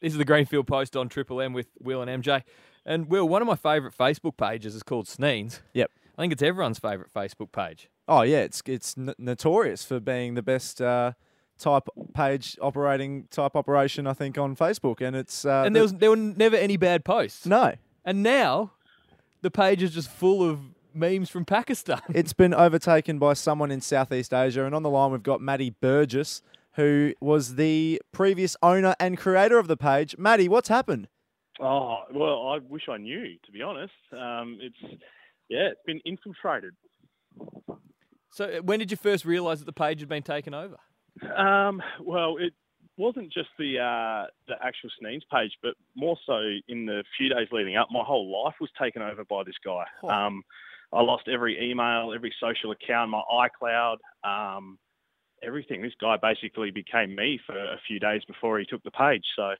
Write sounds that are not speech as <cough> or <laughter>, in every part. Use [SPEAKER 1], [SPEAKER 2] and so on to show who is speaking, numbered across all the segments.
[SPEAKER 1] This is the Greenfield Post on Triple M with Will and MJ. And Will, one of my favourite Facebook pages is called Sneens.
[SPEAKER 2] Yep.
[SPEAKER 1] I think it's everyone's favourite Facebook page.
[SPEAKER 2] Oh yeah, it's it's n- notorious for being the best uh, type page operating type operation I think on Facebook, and it's uh,
[SPEAKER 1] and
[SPEAKER 2] the-
[SPEAKER 1] there was there were never any bad posts.
[SPEAKER 2] no.
[SPEAKER 1] And now, the page is just full of memes from Pakistan.
[SPEAKER 2] <laughs> It's been overtaken by someone in Southeast Asia, and on the line we've got Maddie Burgess, who was the previous owner and creator of the page. Maddie, what's happened?
[SPEAKER 3] Oh well, I wish I knew. To be honest, um, it's yeah, it's been infiltrated.
[SPEAKER 1] So uh, when did you first realise that the page had been taken over?
[SPEAKER 3] Um, well, it wasn't just the uh, the actual Sneens page, but more so in the few days leading up, my whole life was taken over by this guy.
[SPEAKER 2] Oh.
[SPEAKER 3] Um, I lost every email, every social account, my iCloud, um, everything. This guy basically became me for a few days before he took the page. So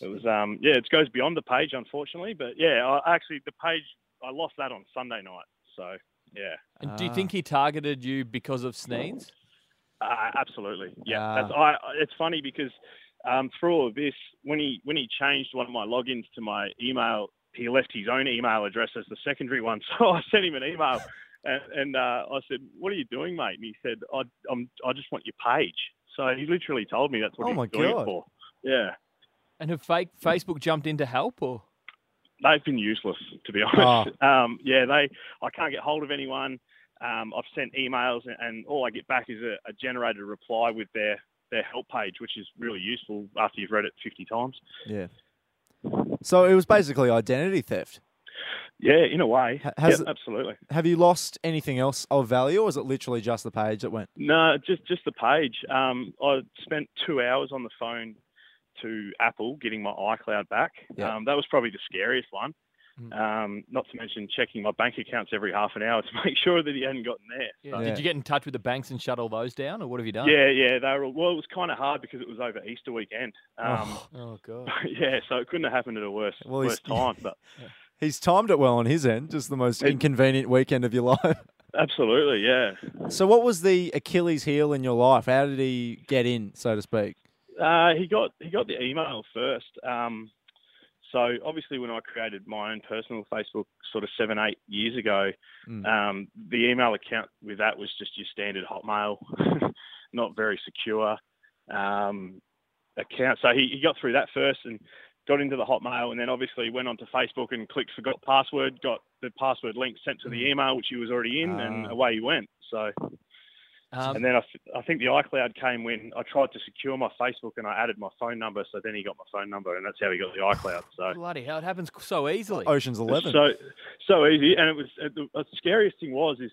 [SPEAKER 3] it was, um, yeah, it goes beyond the page, unfortunately. But yeah, I actually the page I lost that on Sunday night. So yeah.
[SPEAKER 1] And do you
[SPEAKER 2] Ah.
[SPEAKER 1] think he targeted you because of Sneens?
[SPEAKER 3] Uh, absolutely. Yeah.
[SPEAKER 2] Ah.
[SPEAKER 3] That's, I, I- it's funny because um, through all of this, when he when he changed one of my logins to my email, he left his own email address as the secondary one. <laughs> So I sent him an email, and, and uh, I said, "What are you doing, mate?" And he said, I, I'm, "I just want your page." So he literally told me that's what
[SPEAKER 2] Oh
[SPEAKER 3] he
[SPEAKER 2] my
[SPEAKER 3] was doing
[SPEAKER 2] God.
[SPEAKER 3] it for. Yeah.
[SPEAKER 1] And have fake Facebook jumped in to help or?
[SPEAKER 3] They've been useless, to be <laughs> honest.
[SPEAKER 2] Ah.
[SPEAKER 3] Um, yeah, they. I can't get hold of anyone. Um, I've sent emails, and, and all I get back is a, a generated reply with their their help page, which is really useful after you've read it 50 times.
[SPEAKER 2] Yeah. So it was basically identity theft.
[SPEAKER 3] Yeah, in a way.
[SPEAKER 2] Ha- has
[SPEAKER 3] Yeah,
[SPEAKER 2] it-
[SPEAKER 3] absolutely.
[SPEAKER 2] Have you lost anything else of value, or is it literally just the page that went?
[SPEAKER 3] No, just just the page. Um, I spent two hours on the phone to Apple getting my iCloud back.
[SPEAKER 2] Yeah. Hmm.
[SPEAKER 3] Um, that was probably the scariest one.
[SPEAKER 1] Mm.
[SPEAKER 3] Um, not to mention checking my bank accounts every half an hour <laughs> to make sure that he hadn't gotten there.
[SPEAKER 1] Yeah.
[SPEAKER 2] Yeah.
[SPEAKER 1] Did you get in touch with the banks and shut all those down, or what have you done?
[SPEAKER 3] Yeah, yeah, they were. all- Well, it was kind of hard because it was over Easter weekend. Um, <laughs>
[SPEAKER 1] Oh god.
[SPEAKER 3] yeah, so it couldn't have happened at a worse
[SPEAKER 2] Well, he's-
[SPEAKER 3] worse time. But
[SPEAKER 2] He's timed it well on his end, just the most
[SPEAKER 3] It-
[SPEAKER 2] inconvenient weekend of your <laughs> life.
[SPEAKER 3] absolutely, yeah.
[SPEAKER 2] So, what was the Achilles heel in your life? How did he get in, so to speak?
[SPEAKER 3] Uh, he got he got the email first. Um, so obviously, when I created my own personal Facebook, sort of seven eight years ago,
[SPEAKER 2] Mm.
[SPEAKER 3] um, the email account with that was just your standard Hotmail, <laughs> not very secure um, account. So he, he got through that first and got into the Hotmail, and then obviously went onto Facebook and clicked forgot password, got the password link sent to the email which he was already in, and
[SPEAKER 2] Ah.
[SPEAKER 3] away he went. So
[SPEAKER 1] Um,
[SPEAKER 3] and then I, th- I think the iCloud came when I tried to secure my Facebook and I added my phone number. So then he got my phone number, and that's how he got the iCloud. So
[SPEAKER 1] bloody hell! It happens so easily.
[SPEAKER 3] Oh,
[SPEAKER 2] Ocean's Eleven.
[SPEAKER 3] so so easy. And it was uh, the uh, scariest thing was is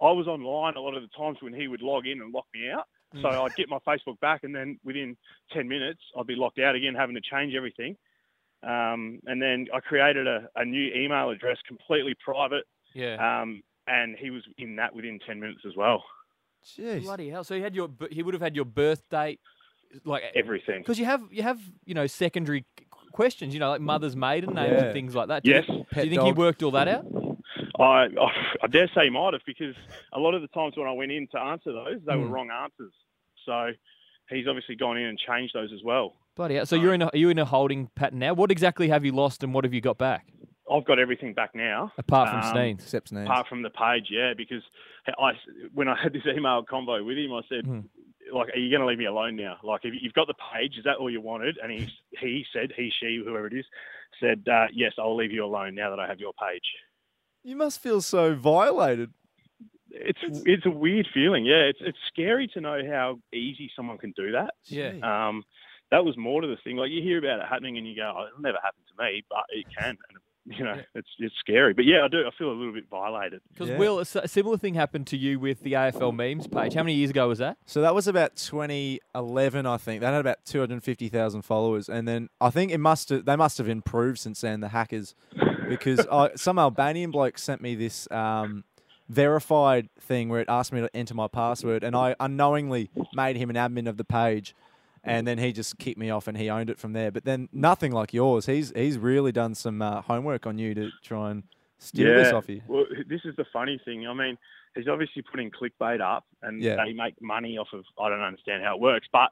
[SPEAKER 3] I was online a lot of the times when he would log in and lock me out. So
[SPEAKER 1] Mm.
[SPEAKER 3] I'd get my Facebook back, and then within ten minutes I'd be locked out again, having to change everything. Um, and then I created a, a new email address, completely private,
[SPEAKER 1] yeah.
[SPEAKER 3] um, and he was in that within ten minutes as well.
[SPEAKER 2] Jeez.
[SPEAKER 1] Bloody hell! So he had your b- he would have had your birth date, like
[SPEAKER 3] Everything.
[SPEAKER 1] because you have you have you know secondary c- questions, you know like mother's maiden names
[SPEAKER 2] Yeah.
[SPEAKER 1] and things like that. Do
[SPEAKER 3] Yes.
[SPEAKER 1] you, think- do
[SPEAKER 2] Pet
[SPEAKER 1] you think
[SPEAKER 2] dog.
[SPEAKER 1] he worked all that out?
[SPEAKER 3] I, I dare say he might have because a lot of the times when I went in to answer those, they were
[SPEAKER 1] Hmm.
[SPEAKER 3] wrong answers. So he's obviously gone in and changed those as well.
[SPEAKER 1] Bloody hell! So you're in a, are you in a holding pattern now? What exactly have you lost and what have you got back
[SPEAKER 3] I've got everything back now,
[SPEAKER 1] apart from
[SPEAKER 3] Um,
[SPEAKER 1] Sneens?
[SPEAKER 2] Except names.
[SPEAKER 3] apart from the page, yeah, because I, when I had this email convo with him, I said,
[SPEAKER 1] Hmm.
[SPEAKER 3] like, are you going to leave me alone now? Like, if you've got the page, is that all you wanted? And he, he said, he, she, whoever it is, said, uh, yes, I'll leave you alone now that I have your page.
[SPEAKER 2] You must feel so violated.
[SPEAKER 3] It's,
[SPEAKER 2] It's-
[SPEAKER 3] it's a weird feeling, yeah. It's, it's scary to know how easy someone can do that.
[SPEAKER 1] Yeah.
[SPEAKER 2] Gee.
[SPEAKER 3] <laughs> Um, that was more to the thing. Like you hear about it happening and you go, oh, it'll never happen to me, but it can. And, you know,
[SPEAKER 1] Yeah.
[SPEAKER 3] it's it's scary. But yeah, I do. I feel a little bit violated.
[SPEAKER 1] Because
[SPEAKER 2] Yeah.
[SPEAKER 1] Will, a s- a similar thing happened to you with the AFL memes page. How many years ago was that?
[SPEAKER 2] So that was about 2011, I think. They had about 250,000 followers, and then I think it must have, they must have improved since then. The hackers, because
[SPEAKER 1] <laughs>
[SPEAKER 2] I, some Albanian bloke sent me this um, verified thing where it asked me to enter my password, and I unknowingly made him an admin of the page, and then he just kicked me off, and he owned it from there. But then nothing like yours. He's he's really done some uh, homework on you to try and steal this off you.
[SPEAKER 3] Well, this is the funny thing. I mean, he's obviously putting clickbait up, and
[SPEAKER 2] Yeah.
[SPEAKER 3] they make money off of. I don't understand how it works, but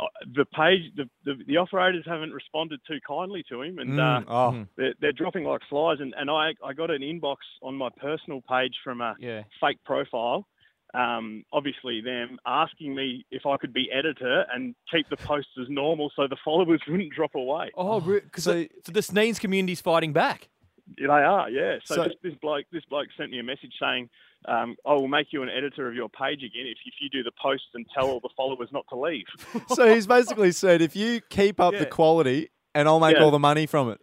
[SPEAKER 3] uh, the page, the, the, the operators haven't responded too kindly to him, and uh,
[SPEAKER 2] Mm, oh,
[SPEAKER 1] Mm.
[SPEAKER 3] they're, they're dropping like flies. And, and I, I got an inbox on my personal page from a
[SPEAKER 1] Yeah.
[SPEAKER 3] fake profile. Um, obviously, them asking me if I could be editor and keep the posts as normal so the followers <laughs> wouldn't drop away.
[SPEAKER 1] Oh,
[SPEAKER 2] <sighs>
[SPEAKER 1] because
[SPEAKER 2] so-
[SPEAKER 1] so, the Sneens community's fighting back.
[SPEAKER 3] Yeah, They are, yeah. So,
[SPEAKER 2] So-
[SPEAKER 3] this, this bloke, this bloke sent me a message saying, um, "I will make you an editor of your page again if, if you do the posts and tell all the followers not to leave."
[SPEAKER 2] so he's basically said, if you keep up the
[SPEAKER 3] Yeah.
[SPEAKER 2] quality, and I'll make
[SPEAKER 3] Yeah.
[SPEAKER 2] all the money from it.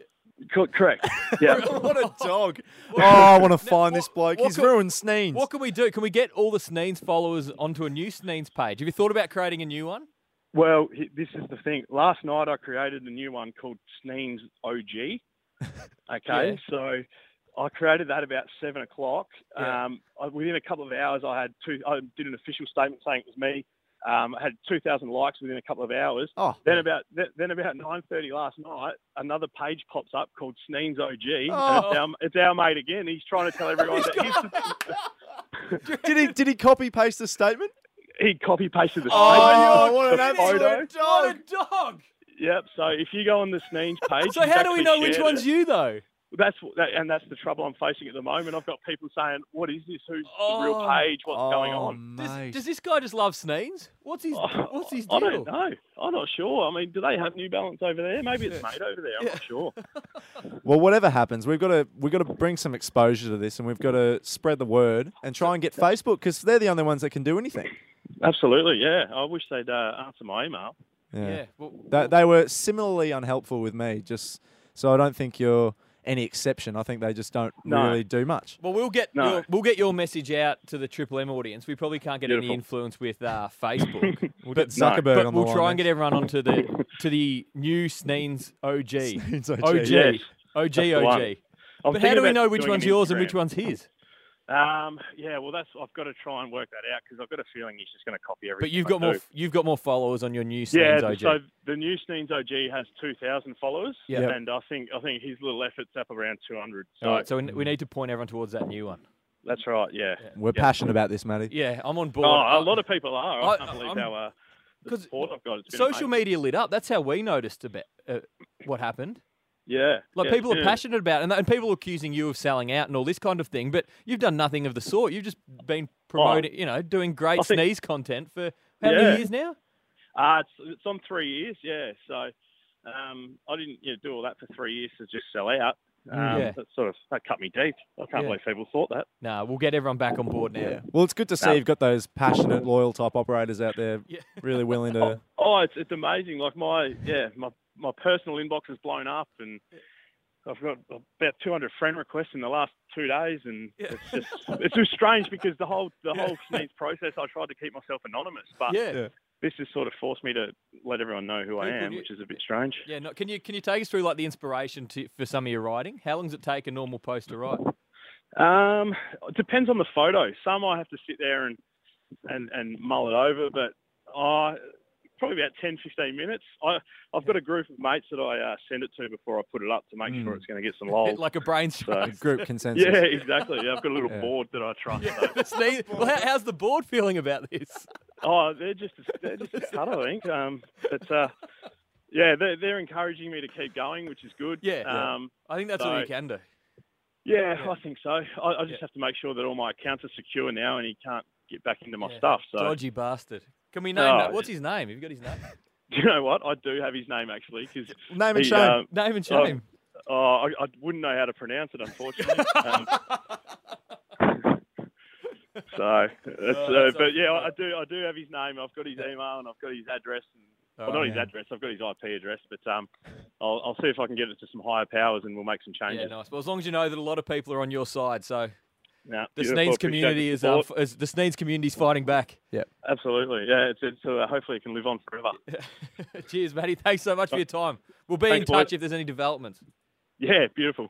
[SPEAKER 3] Co- correct. Yeah.
[SPEAKER 2] <laughs> what a
[SPEAKER 3] <laughs>
[SPEAKER 2] dog! <laughs> oh, I want to find this bloke.
[SPEAKER 1] what
[SPEAKER 2] He's
[SPEAKER 1] could-
[SPEAKER 2] ruined Sneens.
[SPEAKER 1] What can we do? Can we get all the Sneens followers onto a new Sneens page? Have you thought about creating a new one?
[SPEAKER 3] well, he- this is the thing. Last night I created a new one called Sneens
[SPEAKER 1] <laughs>
[SPEAKER 3] OG. Okay,
[SPEAKER 1] Yeah.
[SPEAKER 3] so I created that about seven o'clock.
[SPEAKER 1] Yeah.
[SPEAKER 3] Um, I, within a couple of hours, I had two. I did an official statement saying it was me. Um, I had two thousand likes within a couple of hours.
[SPEAKER 2] oh,
[SPEAKER 3] Then about th- then about nine thirty last night, another page pops up called Sneens OG.
[SPEAKER 2] Oh.
[SPEAKER 3] And it's, our, it's our mate again. He's trying
[SPEAKER 1] <laughs>
[SPEAKER 3] to tell everyone that he's,
[SPEAKER 2] did he did he copy paste the statement?
[SPEAKER 3] he copy pasted the
[SPEAKER 2] Oh,
[SPEAKER 3] statement,
[SPEAKER 2] what an
[SPEAKER 3] the
[SPEAKER 2] absolute
[SPEAKER 3] photo.
[SPEAKER 1] What a dog!
[SPEAKER 3] Yep. So if you go on the Sneens
[SPEAKER 1] <laughs>
[SPEAKER 3] page,
[SPEAKER 1] So
[SPEAKER 3] he's
[SPEAKER 1] how do we
[SPEAKER 3] actually
[SPEAKER 1] know which
[SPEAKER 3] shared
[SPEAKER 1] one's
[SPEAKER 3] it.
[SPEAKER 1] you though?
[SPEAKER 3] That's wh- that, and that's the trouble I'm facing at the moment. I've got people saying, "What is this? Who's the
[SPEAKER 1] Oh.
[SPEAKER 3] real page? What's going
[SPEAKER 2] Oh,
[SPEAKER 3] on?"
[SPEAKER 2] mate.
[SPEAKER 1] Does, does this guy just love Sneens? What's his Oh, What's his deal?
[SPEAKER 3] Oh, I don't know. I'm not sure. I mean, do they have New Balance over there? Maybe it's made over there. I'm not sure.
[SPEAKER 2] Well, whatever happens, we've got to we've got to bring some exposure to this, and we've got to spread the word and try and get Facebook because they're the only ones that can do anything.
[SPEAKER 3] Absolutely. Yeah. I wish they'd uh, answer my email.
[SPEAKER 1] Yeah. well,
[SPEAKER 2] That they were similarly unhelpful with me. Just so I don't think you're any exception. I think they just don't
[SPEAKER 3] No.
[SPEAKER 2] really do much.
[SPEAKER 1] well, we'll get
[SPEAKER 3] No.
[SPEAKER 1] your, we'll get your message out to the Triple M audience. We probably can't get any
[SPEAKER 3] Beautiful.
[SPEAKER 1] influence with uh,
[SPEAKER 3] <laughs>
[SPEAKER 1] Facebook. We'll
[SPEAKER 2] But
[SPEAKER 1] get-
[SPEAKER 3] No.
[SPEAKER 2] Zuckerberg
[SPEAKER 1] but
[SPEAKER 2] on the
[SPEAKER 1] we'll
[SPEAKER 2] line
[SPEAKER 1] try and get
[SPEAKER 2] next.
[SPEAKER 1] everyone onto
[SPEAKER 3] <laughs>
[SPEAKER 1] the to the new Sneens
[SPEAKER 2] <laughs>
[SPEAKER 1] OG.
[SPEAKER 2] It's OG.
[SPEAKER 1] OG.
[SPEAKER 3] Yes.
[SPEAKER 1] OG
[SPEAKER 3] the one.
[SPEAKER 1] OG.
[SPEAKER 3] I'm
[SPEAKER 1] But how
[SPEAKER 3] thinking
[SPEAKER 1] do we
[SPEAKER 3] about
[SPEAKER 1] know which
[SPEAKER 3] doing
[SPEAKER 1] one's
[SPEAKER 3] an
[SPEAKER 1] yours and
[SPEAKER 3] Instagram.
[SPEAKER 1] which one's his?
[SPEAKER 3] Um, yeah, well, that's I've got to try and work that out because I've got a feeling he's just going to copy everything.
[SPEAKER 1] But you've
[SPEAKER 3] I
[SPEAKER 1] got more
[SPEAKER 3] do.
[SPEAKER 1] f- you've got more followers on your new
[SPEAKER 3] yeah,
[SPEAKER 1] Sneens OG.
[SPEAKER 3] so the new Sneens OG has two thousand followers,
[SPEAKER 1] Yeah.
[SPEAKER 2] Yep.
[SPEAKER 3] and I think I think his little efforts up around two hundred. So
[SPEAKER 1] All right, so we, we need to point everyone towards that new one.
[SPEAKER 3] that's right. Yeah.
[SPEAKER 2] We're
[SPEAKER 3] Yeah.
[SPEAKER 2] passionate about this, Matty.
[SPEAKER 1] Yeah, I'm on board. Uh,
[SPEAKER 3] Oh, a lot of people are. I,
[SPEAKER 1] I-
[SPEAKER 3] can't believe
[SPEAKER 1] I'm-
[SPEAKER 3] how uh, the
[SPEAKER 1] 'cause
[SPEAKER 3] support I've got. It's been
[SPEAKER 1] social
[SPEAKER 3] amazing.
[SPEAKER 1] media lit up. That's how we noticed about uh, what happened.
[SPEAKER 3] Yeah.
[SPEAKER 1] Like
[SPEAKER 3] yeah,
[SPEAKER 1] people are
[SPEAKER 3] yeah.
[SPEAKER 1] passionate about, it and, and people are accusing you of selling out and all this kind of thing. But you've done nothing of the sort. You've just been promoting, you know, doing great
[SPEAKER 3] Oh. I think-
[SPEAKER 1] sneeze content for how
[SPEAKER 3] Yeah.
[SPEAKER 1] many years now?
[SPEAKER 3] Uh, it's, it's on three years. Yeah. So um, I didn't you know, do all that for three years to just sell out. Um,
[SPEAKER 1] Mm, Yeah.
[SPEAKER 3] That sort of that cut me deep. I can't
[SPEAKER 1] Yeah.
[SPEAKER 3] believe people thought that.
[SPEAKER 1] Nah, we'll get everyone back on board now.
[SPEAKER 2] Well, it's good to see
[SPEAKER 3] No.
[SPEAKER 2] you've got those passionate, loyal type operators out <laughs> there,
[SPEAKER 1] Yeah.
[SPEAKER 2] really willing
[SPEAKER 3] <laughs>
[SPEAKER 2] to.
[SPEAKER 3] Oh, it's it's amazing. Like my yeah, my my personal inbox has blown up, and I've got about 200 friend requests in the last two days, and
[SPEAKER 1] Yeah.
[SPEAKER 3] it's just it's just strange because the whole
[SPEAKER 1] <laughs>
[SPEAKER 3] the whole sneeze process, I tried to keep myself anonymous, but
[SPEAKER 1] Yeah.
[SPEAKER 2] Yeah.
[SPEAKER 1] yeah.
[SPEAKER 3] this has sort of forced me to let everyone know who I
[SPEAKER 1] People
[SPEAKER 3] am,
[SPEAKER 1] you-
[SPEAKER 3] which is a bit strange.
[SPEAKER 1] no, can you can you take us through like the inspiration to, for some of your writing? How long does it take a normal post to write?
[SPEAKER 3] Um, it depends on the photo. Some I have to sit there and and, and mull it over, but I probably about 10, 15 minutes. I I've got a group of mates that I uh, send it to before I put it up to make sure
[SPEAKER 2] Mm.
[SPEAKER 3] it's going to get some
[SPEAKER 1] Bit
[SPEAKER 3] lol.
[SPEAKER 1] like Hmm. <laughs> a brainstorm.
[SPEAKER 3] <laughs>
[SPEAKER 2] a Group consensus.
[SPEAKER 3] Yeah, exactly. Yeah, I've got a little
[SPEAKER 2] Yeah.
[SPEAKER 3] board that I
[SPEAKER 1] <laughs>
[SPEAKER 3] trust.
[SPEAKER 1] Yeah, the Sneeze- well, how, how's the board feeling about this?
[SPEAKER 3] Oh, they're just they're just a cut, I think. Um, but uh, yeah, they're they're encouraging me to keep going, which is good.
[SPEAKER 1] Yeah. Yeah.
[SPEAKER 3] Um,
[SPEAKER 1] I think that's all you
[SPEAKER 3] So-
[SPEAKER 1] can do.
[SPEAKER 3] yeah,
[SPEAKER 1] Yeah.
[SPEAKER 3] I think so. I, I just
[SPEAKER 1] Yeah.
[SPEAKER 3] have to make sure that all my accounts are secure now, and he can't get back into my
[SPEAKER 1] Yeah.
[SPEAKER 3] stuff. So
[SPEAKER 1] Dodgy bastard. Can we name
[SPEAKER 3] Oh,
[SPEAKER 1] that?
[SPEAKER 3] yeah.
[SPEAKER 1] What's his name? Have you got his name?
[SPEAKER 3] do <laughs> you know what? I do have his name actually, because
[SPEAKER 2] Name and
[SPEAKER 3] he,
[SPEAKER 2] shame.
[SPEAKER 3] uh,
[SPEAKER 1] Name and
[SPEAKER 3] Oh,
[SPEAKER 1] shame.
[SPEAKER 3] oh, I, I wouldn't know how to pronounce it,
[SPEAKER 1] <laughs>
[SPEAKER 3] unfortunately. um, <laughs> so, it's,
[SPEAKER 1] Oh, that's
[SPEAKER 3] uh, but yeah, I, I
[SPEAKER 1] unfortunate.
[SPEAKER 3] do I do have his name. I've got his email and I've got his address. And, well,
[SPEAKER 1] Alright.
[SPEAKER 3] not his address. I've got his IP address, but um, I'll, I'll see if I can get it to some higher powers, and we'll make some
[SPEAKER 1] Yeah,
[SPEAKER 3] changes.
[SPEAKER 1] nice. Well, as long as you know that a lot of people are on your side, so
[SPEAKER 3] Nah,
[SPEAKER 1] the
[SPEAKER 3] beautiful.
[SPEAKER 1] Sneeds
[SPEAKER 3] Appreciate the
[SPEAKER 1] community is, um, uh,
[SPEAKER 3] support.
[SPEAKER 1] f- is the Sneeds community's fighting back. <laughs>
[SPEAKER 3] absolutely yeah. It's, it's uh, hopefully it can live on forever.
[SPEAKER 1] Cheers, Matty. Thanks so much for your time. We'll be
[SPEAKER 3] Uh, Thanks,
[SPEAKER 1] in touch
[SPEAKER 3] boys.
[SPEAKER 1] if there's any developments.
[SPEAKER 3] Yeah, beautiful.